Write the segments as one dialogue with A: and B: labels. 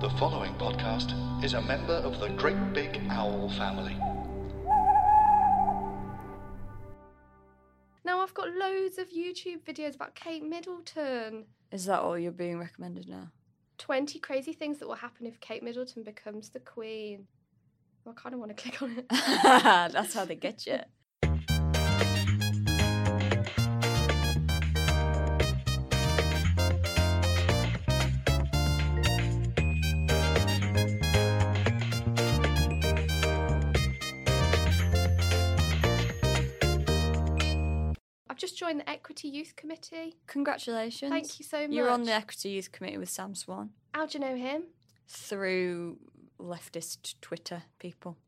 A: The following podcast is a member of the Great Big Owl family.
B: Now I've got loads of YouTube videos about Kate Middleton.
C: Is that all you're being recommended now?
B: 20 crazy things that will happen if Kate Middleton becomes the queen. Well, I kind of want to click on it.
C: That's how they get you.
B: I've just joined the Equity Youth Committee.
C: Congratulations.
B: Thank you so
C: You're on the
B: much.
C: Equity Youth Committee with Sam Swan
B: How do you know him?
C: through leftist Twitter people,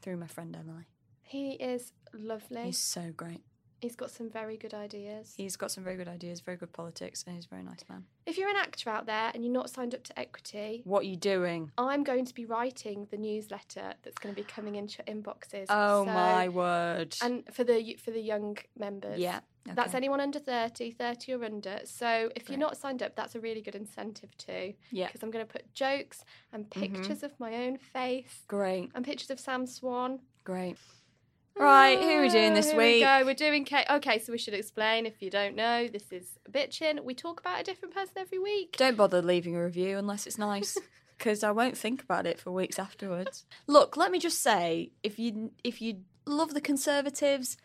C: through my friend Emily.
B: He is lovely.
C: He's so great.
B: he's got some very good ideas.
C: He's got some very good ideas, very good politics, and he's a very nice man.
B: If you're an actor out there and you're not signed up to Equity,
C: What are you doing?
B: I'm going to be writing the newsletter that's going to be coming into your inboxes.
C: Oh
B: So-
C: my word.
B: And for the for the young members.
C: yeah.
B: That's
C: okay.
B: anyone under 30, 30 or under. So if you're
C: Great.
B: not signed up, that's a really good incentive too.
C: Yeah. Mm-hmm.
B: Because I'm going to put jokes and pictures of my own face
C: Great,
B: and pictures of Sam Swan.
C: great. Right, who are we doing
B: Ah,
C: this
B: here
C: week?
B: We go. We're doing Kate. Okay, so we should explain if you don't know. This is Bitchin. We talk about a different person every week.
C: Don't bother leaving a review unless it's nice, because I won't think about it for weeks afterwards. Look, let me just say, if you if you love the Conservatives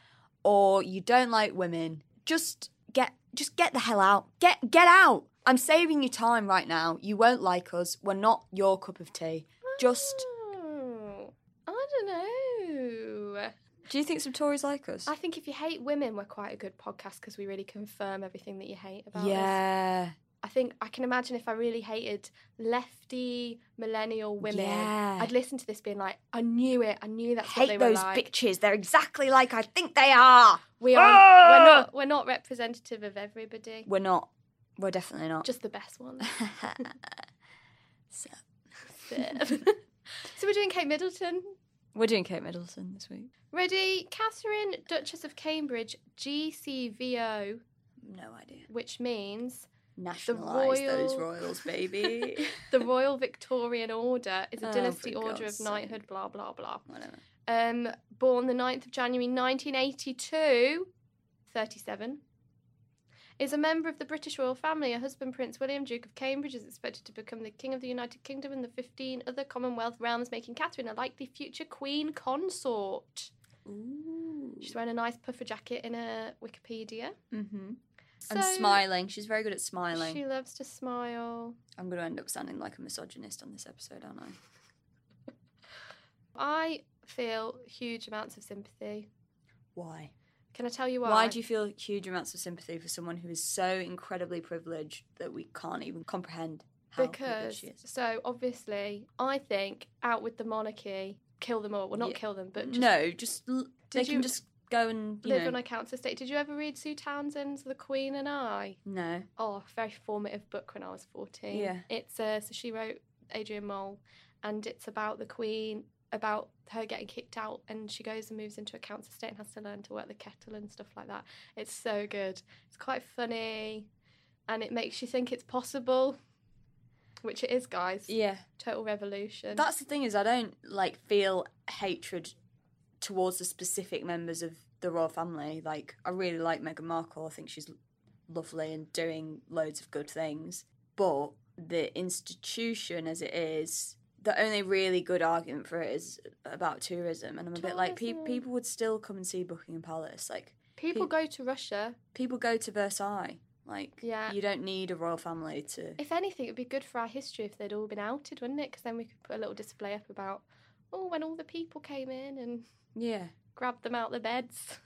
C: or you don't like women, just get just get the hell out. Get get out. I'm saving you time right now. You won't like us. We're not your cup of tea. Just
B: Oh, I don't know.
C: do you think some Tories like us?
B: I think if you hate women, we're quite a good podcast because we really confirm everything that you hate about us.
C: yeah.
B: I think I can imagine if I really hated lefty millennial women,
C: Yeah.
B: I'd listen to this being like, I knew it, I knew that's what they
C: Hate
B: were
C: those
B: like.
C: bitches. They're exactly like I think they are.
B: we are we're not we're not representative of everybody.
C: Ah! We're not. We're definitely not.
B: Just the best ones. so we're doing Kate Middleton.
C: We're doing Kate Middleton this week.
B: Ready? Catherine, Duchess of Cambridge, GCVO,
C: No idea.
B: which means
C: Nationalise those
B: royal-
C: royals, baby.
B: the Royal Victorian Order is a
C: Oh,
B: dynasty
C: for
B: order
C: God's
B: of
C: sake.
B: knighthood, blah, blah, blah.
C: Whatever.
B: Um, born the 9th of January 1982, 37. Is a member of the British royal family. Her husband, Prince William, Duke of Cambridge, is expected to become the King of the United Kingdom and the 15 other Commonwealth realms, making Catherine a likely future Queen consort. She's wearing a nice puffer jacket in a Wikipedia.
C: Mm-hmm. And
B: So,
C: smiling. She's very good at smiling.
B: She loves to smile.
C: I'm going to end up sounding like a misogynist on this episode, aren't I?
B: I feel huge amounts of sympathy.
C: Why?
B: Can I tell you why?
C: Why do you feel huge amounts of sympathy for someone who is so incredibly privileged that we can't even comprehend how privileged
B: because
C: she is?
B: so obviously I think out with the monarchy, kill them all. Well, not
C: Yeah. Mm.
B: kill them, but just
C: no, just l- they
B: Did
C: can
B: you
C: just go and you
B: live
C: know.
B: on a council estate. Did you ever read Sue Townsend's The Queen and I?
C: no.
B: Oh, very formative book when I was fourteen.
C: Yeah.
B: it's uh, so she wrote Adrian Mole, and it's about the Queen, about her getting kicked out, and she goes and moves into a council estate and has to learn to work the kettle and stuff like that. It's so good. It's quite funny, and it makes you think it's possible, which it is, guys.
C: Yeah.
B: Total revolution.
C: That's the thing is I don't like feel hatred towards the specific members of the royal family. Like I really like Meghan Markle. I think she's l- lovely and doing loads of good things. But the institution as it is, the only really good argument for it is about tourism. And I'm a bit like pe-
B: Tourism.
C: people would still come and see Buckingham Palace. Like
B: People
C: Pe-
B: go to Russia.
C: people go to Versailles. Like
B: Yeah.
C: you don't need a royal family to
B: If anything, it'd be good for our history if they'd all been outed, wouldn't it? Because then we could put a little display up about, oh, when all the people came in and
C: Yeah.
B: grabbed them out their beds.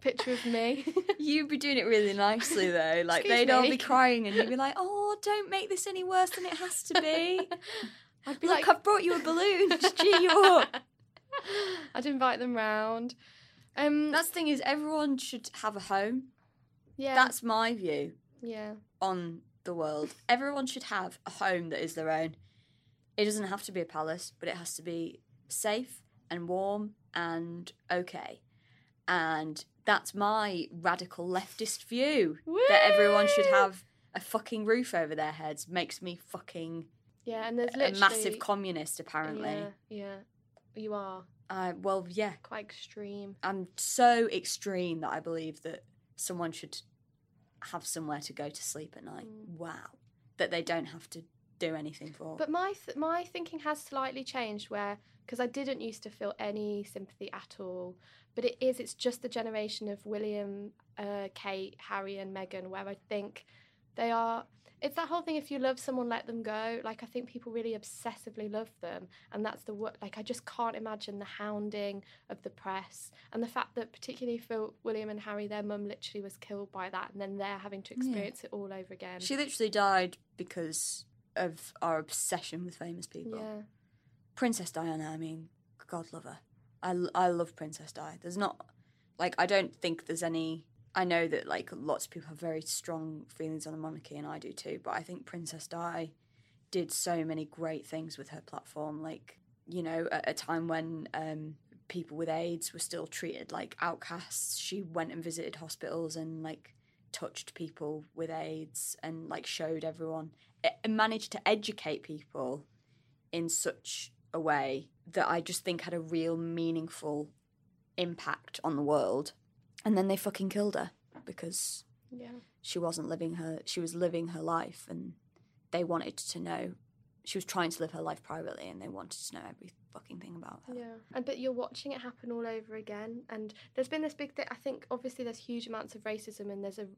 B: Picture of me.
C: You'd be doing it really nicely though. Like
B: Excuse
C: they'd all
B: me.
C: be crying, and you'd be like, "Oh, don't make this any worse than it has to be."
B: I'd
C: Look, I've brought you a balloon to cheer you up.
B: I'd invite them round. Um,
C: That's the thing is, everyone should have a home.
B: yeah,
C: That's my view
B: yeah,
C: on the world. Everyone should have a home that is their own. It doesn't have to be a palace, but it has to be safe and warm and okay. And that's my radical leftist view that everyone should
B: Woo!
C: have a fucking roof over their heads. Makes me fucking
B: yeah. And there's
C: a
B: literally
C: massive communist, apparently.
B: Yeah, yeah, you are
C: Uh, well, yeah,
B: quite extreme.
C: I'm so extreme that I believe that someone should have somewhere to go to sleep at night. Wow. That they don't have to do anything for.
B: Mm. But my th- my thinking has slightly changed where because I didn't used to feel any sympathy at all, but it is it's just the generation of William, uh, Kate, Harry, and Meghan where I think they are. It's that whole thing. If you love someone, let them go. Like I think people really obsessively love them, and that's the what. Like I just can't imagine the hounding of the press and the fact that particularly for William and Harry, their mum literally was killed by that, and then they're having to experience it all over again.
C: she literally died because of our obsession with famous people.
B: yeah.
C: Princess Diana, I mean, God love her. I, l- I love Princess Di. There's not, like, I don't think there's any. I know that, like, lots of people have very strong feelings on the monarchy, and I do too, but I think Princess Di did so many great things with her platform. Like, you know, at a time when um, people with AIDS were still treated like outcasts, she went and visited hospitals and, like, touched people with AIDS and, like, showed everyone eh, and managed to educate people in such a way that I just think had a real meaningful impact on the world. And then they fucking killed her because
B: Yeah.
C: she wasn't living her she was living her life and they wanted to know she was trying to live her life privately and they wanted to know every fucking thing about her.
B: Yeah, and but you're watching it happen all over again, and there's been this big thing. I think obviously there's huge amounts of racism, and there's a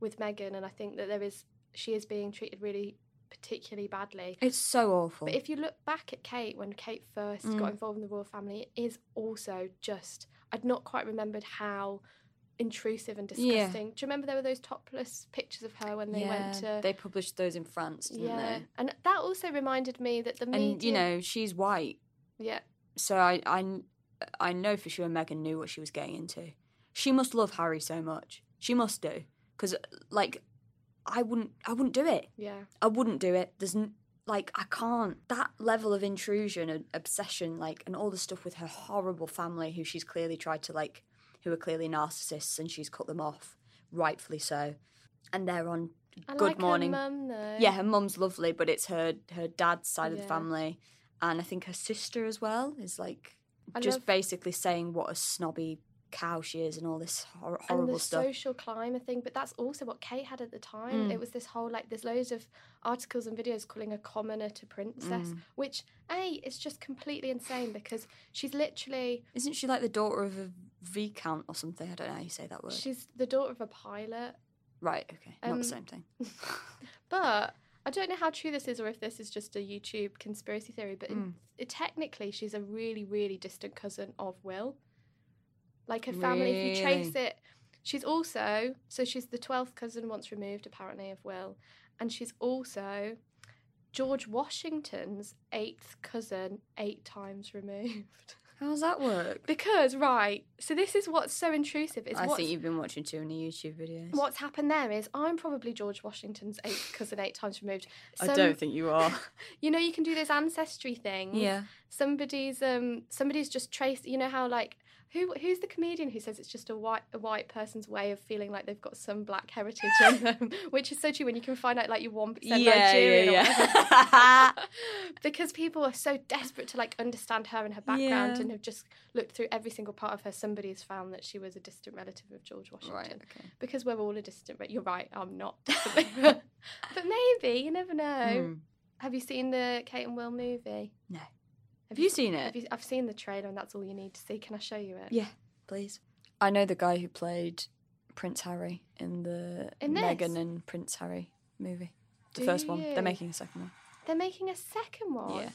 B: with Megan, and I think that there is she is being treated really particularly badly.
C: It's so awful. Mm.
B: But if you look back at Kate when Kate first got involved in the royal family, it is also just I'd not quite remembered how intrusive and disgusting.
C: Yeah.
B: Do you remember there were those topless pictures of her when they went to
C: they published those in France, didn't
B: yeah,
C: they?
B: and that also reminded me that the media,
C: And you know, she's white.
B: yeah,
C: so I, I, I know for sure Megan knew what she was getting into. She must love Harry so much. She must do, because like, I wouldn't, I wouldn't do it.
B: yeah.
C: I wouldn't do it. There's n- like I can't. That level of intrusion and obsession, like, and all the stuff with her horrible family, who she's clearly tried to like, who are clearly narcissists, and she's cut them off, rightfully so. And they're on
B: I
C: Good
B: like her
C: Morning
B: mum though.
C: yeah, her mum's lovely, but it's her her dad's side of
B: Yeah.
C: the family, and I think her sister as well is like
B: I
C: just
B: love-
C: basically saying what a snobby cow she is and all this hor-
B: and
C: horrible
B: the
C: stuff. Mm.
B: social climber thing but that's also what kate had at the time it was this whole like there's loads of articles and videos calling a commoner to princess
C: Mm.
B: which a is just completely insane because she's literally
C: Isn't she like the daughter of a viscount or something? I don't know how you say that word.
B: she's the daughter of a pilot
C: Right, okay, not
B: Um,
C: the same thing.
B: but i don't know how true this is or if this is just a youtube conspiracy theory but
C: Hmm.
B: in, technically she's a really really distant cousin of will like her family if you trace it She's also so she's the twelfth cousin once removed, apparently, of Will, and she's also George Washington's eighth cousin, eight times removed.
C: How does that work?
B: because right, so this is what's so intrusive. Is
C: I
B: what's,
C: think you've been watching too many YouTube videos.
B: what's happened there is I'm probably George Washington's eighth cousin, eight times removed.
C: I
B: Some-
C: don't think you are.
B: you know you can do those ancestry things.
C: yeah.
B: somebody's um somebody's just traced you know how like who who's the comedian who says it's just a white a white person's way of feeling like they've got some black heritage in them which is so true when you can find out like you're one percent Nigerian or whatever.
C: yeah.
B: because people are so desperate to like understand her and her background
C: Yeah.
B: and have just looked through every single part of her somebody has found that she was a distant relative of George Washington
C: right, okay.
B: because we're all a distant re- you're right I'm not but maybe you never know
C: Hmm.
B: have you seen the Kate and Will movie
C: No. Have you seen it?
B: have you, I've seen the trailer and that's all you need to see. Can I show you it?
C: Yeah, please. I know the guy who played Prince Harry in the
B: In this?
C: Meghan and Prince Harry movie. The
B: Do
C: first one.
B: you?
C: They're making a second one.
B: They're making a second one.
C: Yeah.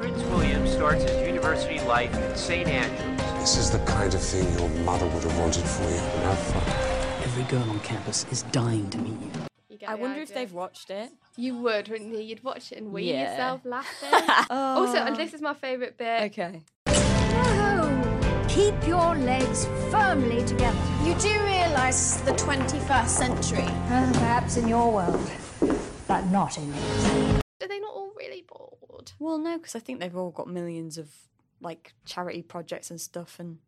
D: Prince William starts his university life at St. Andrews.
E: This is the kind of thing your mother would have wanted for you. Have fun.
F: Every girl on campus is dying to meet you.
B: You get
C: I
B: the
C: wonder if
B: idea.
C: they've watched it.
B: You would, wouldn't you? You'd watch it and wee
C: Yeah.
B: yourself laughing. Also, and this is my favourite bit.
C: Oh. Okay.
G: Keep your legs firmly together.
H: You do realise this is the 21st century.
G: Uh, Perhaps in your world, but not in mine.
B: Are they not all really bored?
C: Well, no, because I think they've all got millions of like charity projects and stuff and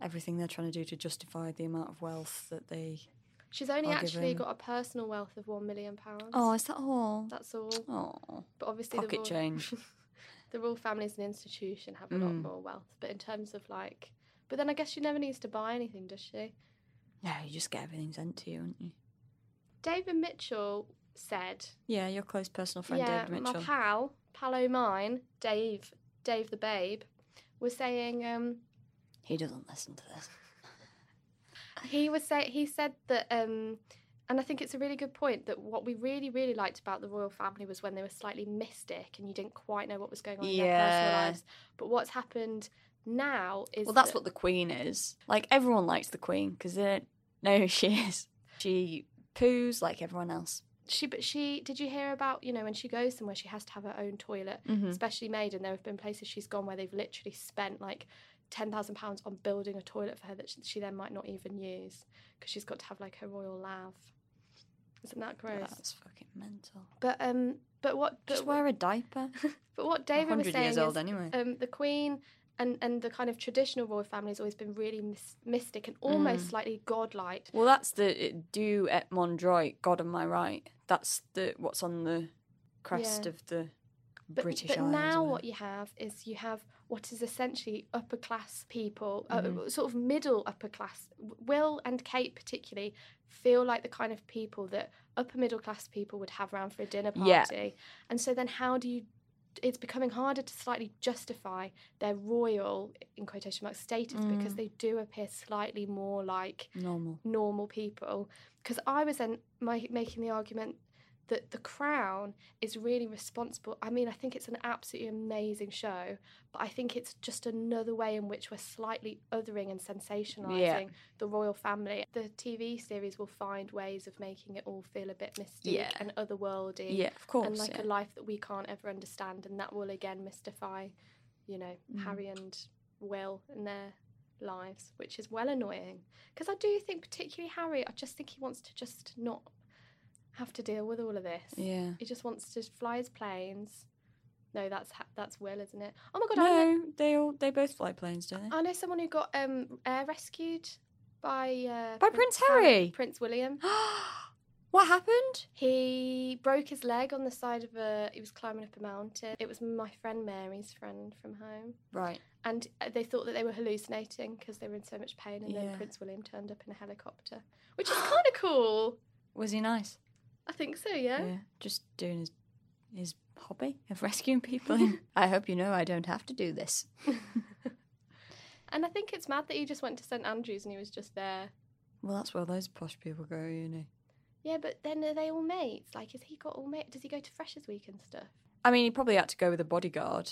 C: everything they're trying to do to justify the amount of wealth that they.
B: She's only
C: I'll give
B: actually
C: in.
B: got a personal wealth of one million pounds.
C: Oh, is that all?
B: that's all.
C: Oh,
B: But obviously, the
C: pocket
B: royal,
C: change.
B: the
C: Hmm.
B: royal family as an institution have a lot more wealth. But in terms of like, but then I guess she never needs to buy anything, does she?
C: No, you just get everything sent to you, don't you?
B: David Mitchell said,
C: Yeah, your close personal friend
B: "Yeah,
C: David
B: my
C: Mitchell.
B: pal, pal o' mine, Dave, Dave the babe, was saying." um
C: he doesn't listen to this.
B: he was say he said that um and I think it's a really good point that what we really, really liked about the royal family was when they were slightly mystic and you didn't quite know what was going on in their personal
C: Yeah.
B: lives. But what's happened now is
C: Well, that's
B: that-
C: what the Queen is. Like everyone likes the Queen because they don't know who she is. She poos like everyone else.
B: she but she did you hear about you know when she goes somewhere she has to have her own toilet
C: Mm-hmm.
B: specially made and there have been places she's gone where they've literally spent like ten thousand pounds on building a toilet for her that she, she then might not even use because she's got to have like her royal lav. Isn't that gross?
C: That's fucking mental.
B: But um, but what? But
C: Just
B: what-
C: wear a diaper.
B: But what David was
C: 100
B: saying
C: years old
B: is,
C: anyway.
B: um, the Queen and, and the kind of traditional royal family has always been really mys- mystic and almost
C: Mm.
B: slightly godlike.
C: Well, that's the do et mon droit, God am I right? That's the what's on the crest
B: Yeah.
C: of the
B: But,
C: British
B: but
C: Isles.
B: now
C: whatever.
B: what you have is you have what is essentially upper class people,
C: Mm-hmm.
B: uh, sort of middle upper class. Will and Kate particularly feel like the kind of people that upper middle class people would have round for a dinner party.
C: Yeah.
B: And so then how do you? It's becoming harder to slightly justify their royal, in quotation marks, status
C: Mm.
B: because they do appear slightly more like
C: normal.
B: normal people because i was then my, making the argument that the crown is really responsible i mean i think it's an absolutely amazing show but i think it's just another way in which we're slightly othering and sensationalizing the royal family the tv series will find ways of making it all feel a bit mystic
C: Yeah.
B: and otherworldly
C: Yeah, of course.
B: and like
C: yeah.
B: a life that we can't ever understand and that will again mystify you know
C: Mm.
B: harry and will and their lives which is well annoying because i do think particularly harry i just think he wants to just not have to deal with all of this
C: Yeah.
B: he just wants to fly his planes no that's ha- that's will isn't it oh my god I, know,
C: No, they all they both fly planes, don't they?
B: I know someone who got um air rescued by uh,
C: By Prince Harry?
B: prince william
C: what happened?
B: He broke his leg on the side of a. He was climbing up a mountain. It was my friend Mary's friend from home,
C: Right.
B: and uh, they thought that they were hallucinating because they were in so much pain. And
C: Yeah.
B: then Prince William turned up in a helicopter, which is kind of cool.
C: Was he nice?
B: I think so. Yeah.
C: Yeah. Just doing his his hobby of rescuing people. I hope you know I don't have to do this.
B: And I think it's mad that he just went to St Andrews and he was just there.
C: Well, that's where those posh people go, you know.
B: Yeah, but then are they all mates? Like, has he got all mates? Does he go to Freshers Week and stuff?
C: I mean, he probably had to go with a bodyguard,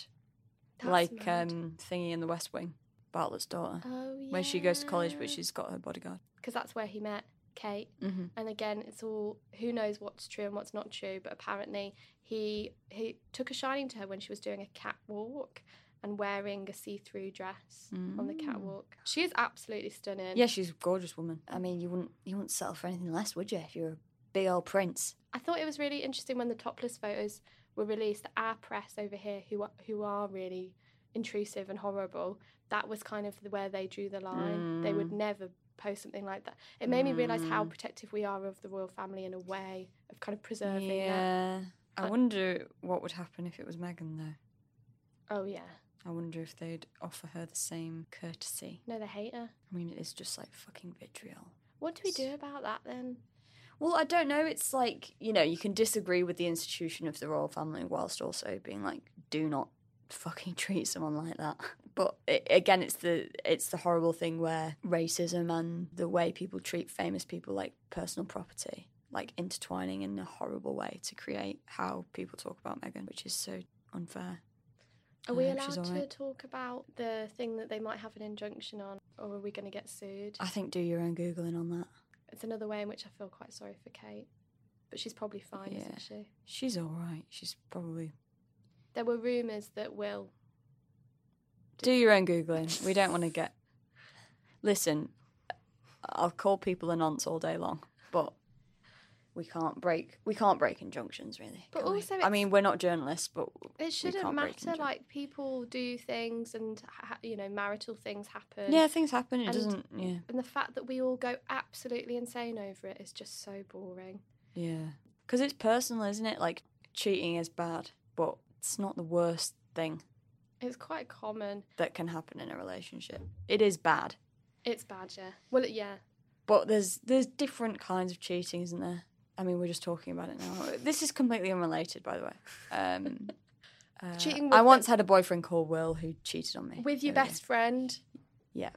B: That's
C: like
B: mad.
C: um thingy in The West Wing, Bartlett's daughter.
B: oh yeah.
C: when she goes to college, but she's got her bodyguard.
B: because that's where he met Kate.
C: Mhm.
B: And again, it's all who knows what's true and what's not true. But apparently, he he took a shining to her when she was doing a catwalk and wearing a see-through dress on the catwalk. She is absolutely stunning.
C: Yeah, she's a gorgeous woman. Um, I mean, you wouldn't you wouldn't settle for anything less, would you? If you're a big old prince.
B: I thought it was really interesting when the topless photos were released. Our press over here, who are, who are really intrusive and horrible, that was kind of the- where they drew the line. They
C: Mm.
B: would never post something like that. It made me realise how protective we are of the royal family in a way of kind of preserving that.
C: I wonder what would happen if it was Megan though.
B: Oh yeah,
C: I wonder if they'd offer her the same courtesy.
B: no, they hate her.
C: I mean, it is just like fucking vitriol.
B: What do we do about that then?
C: Well, I don't know. It's like you know, you can disagree with the institution of the royal family whilst also being like, do not fucking treat someone like that. But it, again, it's the it's the horrible thing where racism and the way people treat famous people like personal property, like intertwining in a horrible way to create how people talk about Meghan, which is so unfair.
B: Are we
C: I hope she's
B: allowed to
C: alright.
B: talk about the thing that they might have an injunction on, or are we going to get sued?
C: I think do your own googling on that.
B: It's another way in which I feel quite sorry for Kate, but she's probably fine,
C: Yeah.
B: isn't she?
C: She's all right. She's probably.
B: There were rumours that Will.
C: Do your own googling. We don't want to get. Listen, I'll call people a nonce all day long, but we can't break we can't break injunctions really.
B: But
C: can we?
B: also
C: I
B: it's-
C: mean, we're not journalists, but we
B: It shouldn't
C: can't break
B: matter.
C: injun-
B: Like people do things, and ha- you know, marital things happen.
C: yeah, things happen. It
B: and-
C: doesn't. Yeah,
B: And the fact that we all go absolutely insane over it is just so boring.
C: yeah, because it's personal, isn't it? Like cheating is bad, but it's not the worst thing
B: It's quite common.
C: that can happen in a relationship. It is bad,
B: It's bad, yeah. Well, yeah.
C: But there's there's different kinds of cheating, isn't there? I mean, we're just talking about it now. This is completely unrelated, by the way. Um, uh,
B: Cheating
C: I
B: with
C: once
B: the-
C: had a boyfriend called Will who cheated on me
B: With your
C: So, yeah.
B: best friend.
C: Yeah,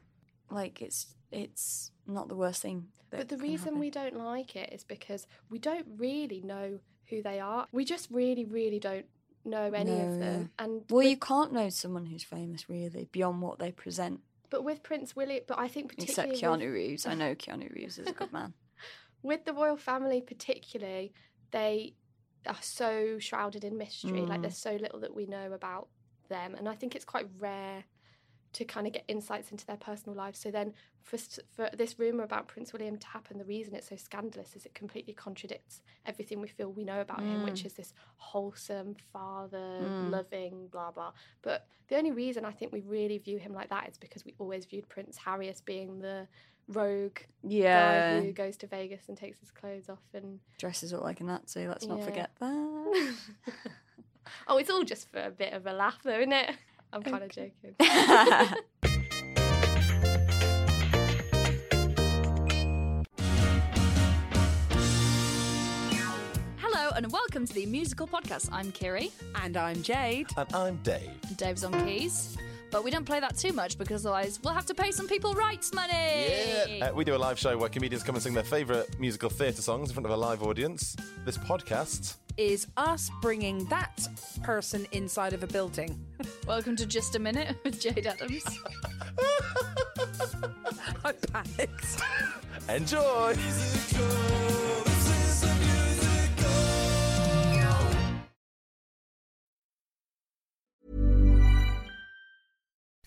C: like it's it's not the worst thing. That
B: But the
C: can
B: reason
C: happen.
B: we don't like it is because we don't really know who they are. We just really, really don't know any
C: No,
B: of them. And
C: well,
B: with-
C: you can't know someone who's famous really beyond what they present.
B: but with Prince William, but I think particularly
C: Except Keanu
B: with,
C: Reeves. I know Keanu Reeves is a good man.
B: with the royal family, particularly they are so shrouded in mystery. Like there's so little that we know about them, and I think it's quite rare to kind of get insights into their personal lives. So then, for s- for this rumor about Prince William to happen, the reason it's so scandalous is it completely contradicts everything we feel we know about him, which is this wholesome father, loving, blah blah. But the only reason I think we really view him like that is because we always viewed Prince Harry as being the rogue
C: Yeah,
B: guy who goes to Vegas and takes his clothes off and
C: dresses up like a Nazi. Let's not
B: Yeah.
C: forget that.
B: oh, it's all just for a bit of a laugh, though, isn't it? I'm kind of joking.
I: Hello and welcome to the musical podcast. I'm Kiri.
J: And I'm Jade.
K: And I'm Dave.
I: Dave's on keys. But we don't play that too much because otherwise we'll have to pay some people rights money.
K: Uh, we do a live show where comedians come and sing their favourite musical theatre songs in front of a live audience. This podcast.
J: Is us bringing that person inside of a building.
I: Welcome to Just a Minute with Jade Adams.
J: I panicked.
K: Enjoy!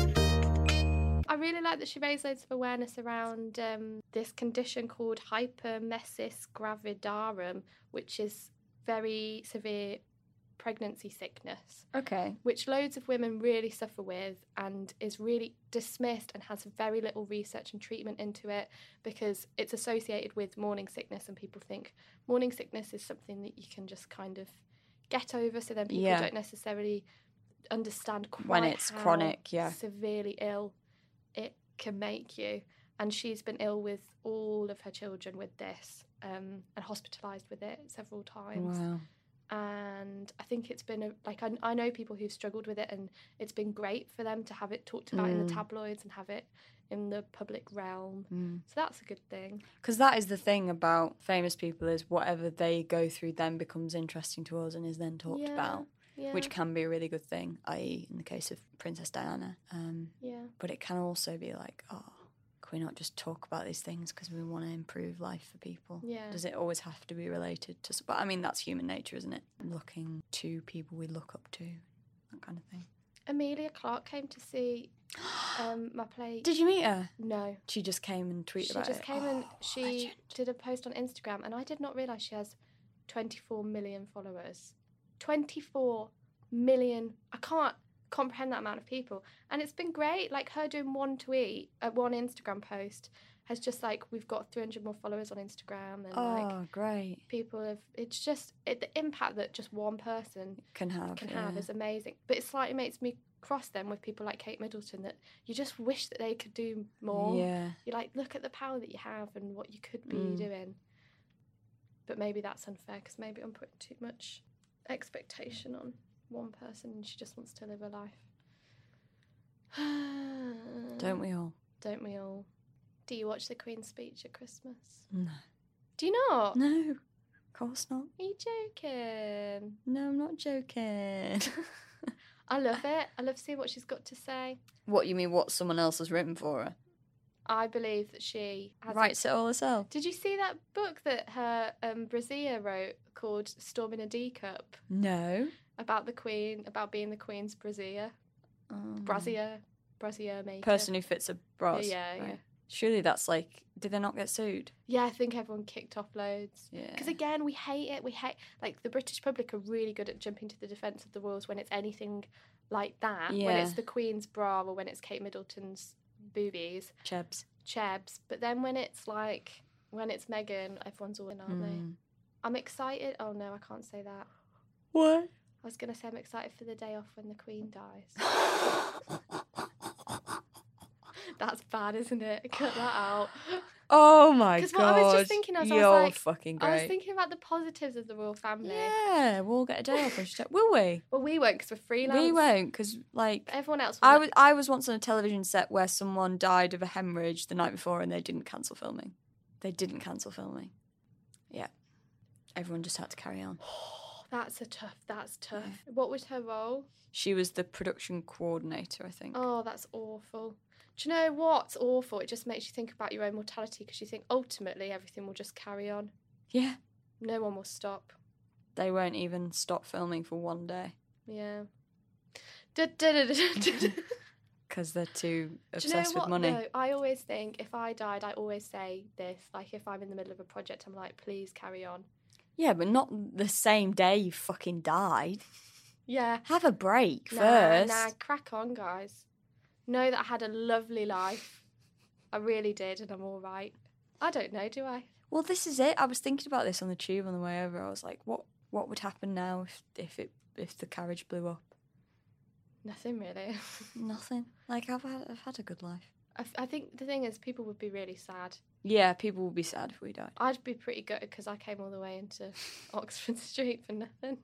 B: I really like that she raised loads of awareness around um, this condition called hypermesis gravidarum, which is very severe pregnancy sickness.
C: Okay.
B: Which loads of women really suffer with and is really dismissed and has very little research and treatment into it because it's associated with morning sickness and people think morning sickness is something that you can just kind of get over so then people
C: Yeah.
B: don't necessarily understand quite
C: When it's
B: how
C: chronic, yeah.
B: severely ill it can make you and she's been ill with all of her children with this um, and hospitalized with it several times
C: Wow.
B: and I think it's been a, like I, I know people who've struggled with it, and it's been great for them to have it talked about in the
C: Mm.
B: tabloids and have it in the public realm.
C: Mm.
B: So that's a good thing.
C: Because that is the thing about famous people is whatever they go through then becomes interesting to us and is then talked
B: Yeah,
C: about,
B: yeah.
C: which can be a really good thing, i.e., in the case of Princess Diana. Um,
B: Yeah.
C: But it can also be like, oh, can we not just talk about these things because we want to improve life for people?
B: Yeah.
C: Does it always have to be related to? s- But I mean, that's human nature, isn't it? Looking to people we look up to, that kind of thing.
B: Amelia Clark came to see um, my play.
C: Did you meet her?
B: No.
C: She just came and tweeted
B: She
C: about
B: just
C: it. Oh,
B: came and she did a post on Instagram, and I did not realize she has 24 million followers. 24 million. I can't comprehend that amount of people, and it's been great. Like her doing one tweet, uh, one Instagram post, has just like we've got 300 more followers on Instagram, and like
C: oh, great.
B: people have. It's just it, the impact that just one person
C: Can have.
B: can have
C: yeah.
B: is amazing. But it slightly makes me cross them with people like Kate Middleton that you just wish that they could do more.
C: Yeah.
B: You like look at the power that you have and what you could be
C: Mm.
B: doing. But maybe that's unfair because maybe I'm putting too much expectation on one person and she just wants to live a life.
C: Don't we all?
B: Don't we all? Do you watch the Queen's speech at Christmas?
C: No.
B: Do you not?
C: No. Of course not.
B: Are you joking?
C: No, I'm not joking.
B: I love it. I love seeing what she's got to say.
C: what you mean? What someone else has written for her?
B: I believe that she has a-
C: Writes it all herself.
B: Did you see that book that her um, Brazia wrote called "Storm in a D Cup"
C: No.
B: about the Queen, about being the Queen's Brazia,
C: Um,
B: Brazia, Brazia maker.
C: Person who fits a bras.
B: Yeah, yeah.
C: Surely that's like. Did they not get sued?
B: Yeah, I think everyone kicked off loads.
C: Yeah.
B: Because again, we hate it. We hate like the British public are really good at jumping to the defence of the royals when it's anything like that. When
C: Yeah.
B: it's the Queen's bra or when it's Kate Middleton's boobies,
C: Chebs.
B: Chebs. But then when it's like when it's Meghan, everyone's all in, aren't they?
C: Mm.
B: I'm excited. Oh no, I can't say that.
C: What?
B: I was going to say I'm excited for the day off when the Queen dies. That's bad, isn't it? Cut that out.
C: Oh my god.
B: Because what I was just thinking, I was, I was
C: You're
B: like,
C: fucking great.
B: I was thinking about the positives of the royal family.
C: yeah, we'll get a day off. when she's dead. Will we?
B: Well, we won't because we're freelance.
C: We won't, because like
B: But everyone else.
C: I
B: will.
C: was I was once on a television set where someone died of a hemorrhage the night before and they didn't cancel filming. They didn't cancel filming. Yeah. Everyone just had to carry on.
B: "Oh, That's a tough. That's tough. What was her role?
C: She was the production coordinator, I think.
B: Oh, that's awful. Do you know what's awful? It just makes you think about your own mortality because you think ultimately everything will just carry on.
C: Yeah.
B: No one will stop.
C: They won't even stop filming for one day
B: Yeah. Da, da, da, da, da, da.
C: because they're too
B: Do you know
C: obsessed
B: what,
C: with money.
B: Though? I always think if I died, I always say this. Like if I'm in the middle of a project, I'm like, please carry on.
C: Yeah, but not the same day you fucking died.
B: Yeah.
C: Have a break
B: Nah,
C: first.
B: Nah, crack on, guys. Know that I had a lovely life. I really did, and I'm all right. I don't know, do I?
C: Well, this is it. I was thinking about this on the tube on the way over. I was like, what what would happen now if if it if the carriage blew up?
B: Nothing really.
C: Nothing. Like I've had, I've had a good life.
B: I, f- I think the thing is, people would be really sad.
C: Yeah, people will be sad if we died.
B: I'd be pretty good because I came all the way into Oxford Street for nothing.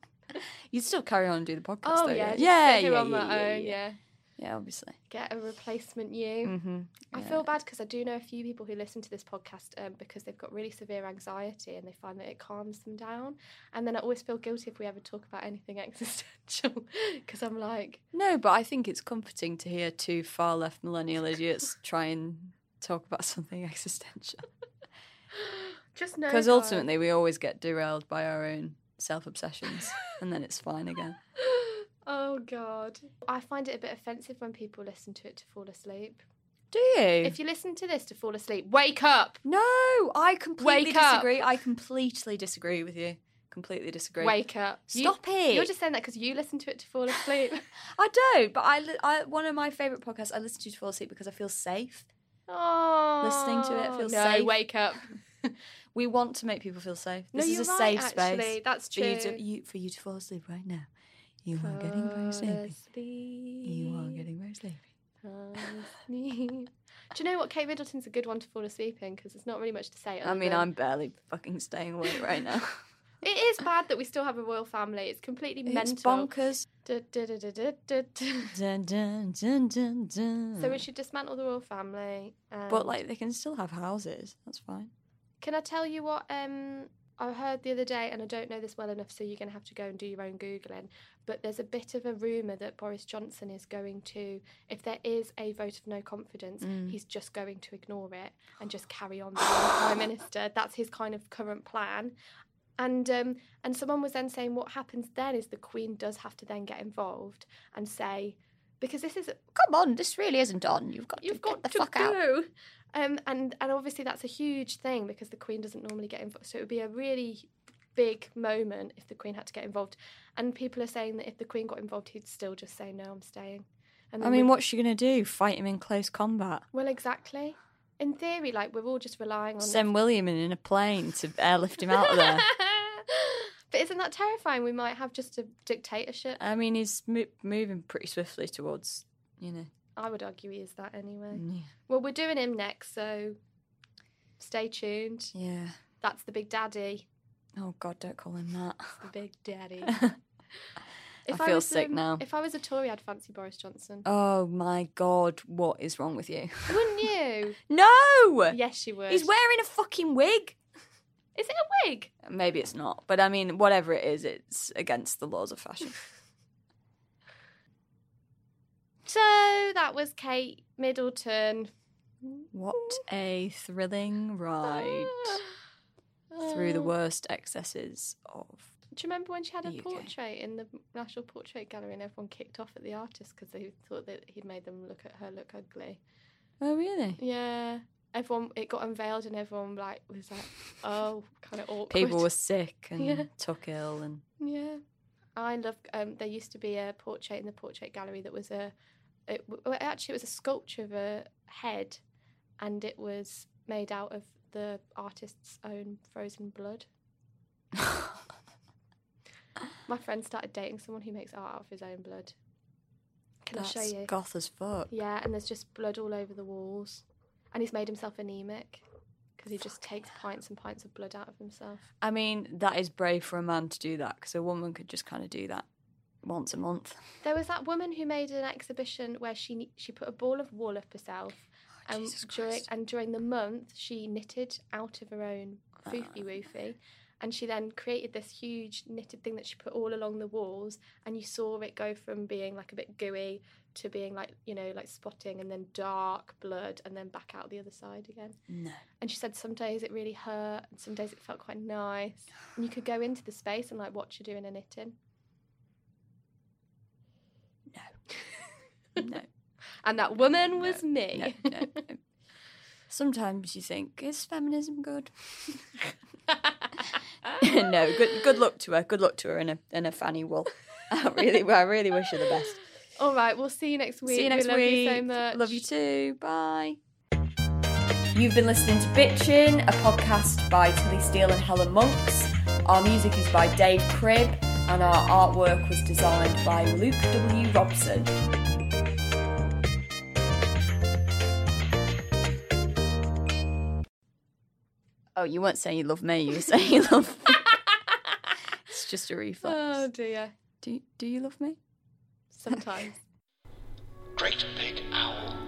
C: You'd still carry on and do the podcast.
B: Oh
C: though,
B: yeah, just
C: yeah,
B: sit here
C: yeah,
B: on
C: yeah,
B: my
C: yeah,
B: own,
C: yeah.
B: yeah.
C: Yeah, obviously.
B: Get a replacement you.
C: Mm-hmm.
B: I feel bad because I do know a few people who listen to this podcast um, because they've got really severe anxiety and they find that it calms them down. And then I always feel guilty if we ever talk about anything existential because I'm like,
C: No, but I think it's comforting to hear two far left millennial idiots try and talk about something existential.
B: just know.
C: Because
B: God.
C: ultimately, we always get derailed by our own self obsessions, and then it's fine again.
B: Oh, God. I find it a bit offensive when people listen to it to fall asleep.
C: Do you?
B: If you listen to this to fall asleep, wake up!
C: No, I completely
B: Wake up.
C: disagree. I completely disagree with you. Completely disagree.
B: Wake up. You-
C: Stop it.
B: You're just saying that because you listen to it to fall asleep.
C: I do, but I, li- I one of my favorite podcasts I listen to to fall asleep because I feel safe.
B: oh.
C: Listening to it, I feel
B: no,
C: safe.
B: wake up.
C: We want to make people feel safe.
B: No,
C: This
B: you're
C: is a
B: right,
C: safe
B: actually.
C: space.
B: That's
C: For you,
B: true.
C: to, you, for you to fall asleep right now. You are getting very sleepy. You are getting very sleepy.
B: Do you know what? Kate Middleton's a good one to fall asleep in because there's not really much to say.
C: I
B: other
C: mean,
B: than-
C: I'm barely fucking staying awake right now.
B: It is bad that we still have a royal family. It's completely
C: It's
B: mental.
C: bonkers.
B: Du- du- du- du- du- du- du.
C: dun, dun, dun, dun, dun.
B: So we should dismantle the royal family. And
C: But like, they can still have houses. That's fine.
B: can I tell you what um, I heard the other day, and I don't know this well enough, so you're going to have to go and do your own Googling. But there's a bit of a rumour that Boris Johnson is going to, if there is a vote of no confidence,
C: Mm.
B: he's just going to ignore it and just carry on being Prime Minister. That's his kind of current plan. And um, and someone was then saying what happens then is the Queen does have to then get involved and say because this is
C: Come on, this really isn't on. You've got
B: you've
C: to
B: got
C: get
B: to
C: the fuck
B: go.
C: out.
B: Um, and and obviously that's a huge thing because the Queen doesn't normally get involved. So it would be a really big moment if the Queen had to get involved. And people are saying that if the Queen got involved, he'd still just say no, I'm staying. And
C: I
B: then
C: mean,
B: we-
C: what's she gonna do? Fight him in close combat?
B: Well, exactly. In theory, like we're all just relying on
C: Send William in in a plane to airlift him out of there.
B: But isn't that terrifying? We might have just a dictatorship.
C: I mean, he's mo- moving pretty swiftly towards, you know.
B: I would argue he is that anyway.
C: Yeah.
B: Well, we're doing him next, so stay tuned.
C: Yeah.
B: That's the big daddy.
C: Oh God, don't call him that.
B: The big daddy.
C: I feel
B: was,
C: sick
B: um,
C: now.
B: If I was a Tory, I'd fancy Boris Johnson.
C: Oh my God, what is wrong with you?
B: Wouldn't you?
C: No.
B: Yes, she would.
C: He's wearing a fucking wig.
B: Is it a wig?
C: Maybe it's not, but I mean, whatever it is, it's against the laws of fashion.
B: So that was Kate Middleton.
C: what a thrilling ride through the
B: Uh,
C: worst excesses of.
B: Do you remember when she had a
C: The UK.
B: portrait in the National Portrait Gallery and everyone kicked off at the artist because they thought that he'd made them look at her look ugly?
C: Oh really?
B: Yeah. Everyone, it got unveiled and everyone like was like, oh, kind of awkward.
C: People were sick and
B: Yeah.
C: took ill and.
B: Yeah, I love. Um, there used to be a portrait in the portrait gallery that was a. It, w- well, actually, it was a sculpture of a head, and it was made out of the artist's own frozen blood. My friend started dating someone who makes art out of his own blood. Can I
C: That's
B: show you?
C: goth as fuck.
B: Yeah, and there's just blood all over the walls, and he's made himself anemic because he just takes pints and pints of blood out of himself.
C: I mean, that is brave for a man to do that because a woman could just kind of do that once a month.
B: There was that woman who made an exhibition where she she put a ball of wool up herself, and during and during the month she knitted out of her own foofy woofy, and she then created this huge knitted thing that she put all along the walls, and you saw it go from being like a bit gooey to being like you know like spotting and then dark blood and then back out the other side again.
C: No.
B: And she said some days it really hurt and some days it felt quite nice, and you could go into the space and like watch her doing her knitting.
C: No.
B: And that woman was me.
C: No, no, no. Sometimes you think, is feminism good? no, good good luck to her. Good luck to her in a in a fanny wool. I really I really wish her the best.
B: All right, we'll see you next week.
C: See
B: We
C: you next
B: love
C: week.
B: You so much.
C: Love you too. Bye. You've been listening to Bitchin', a podcast by Tilly Steele and Helen Monks. Our music is by Dave Cribb, and our artwork was designed by Luke W. Robson. Oh, you weren't saying you love me, you were saying you love me. it's just a reflex.
B: Oh dear.
C: Do, do you love me?
B: Sometimes.
A: Great Big Owl.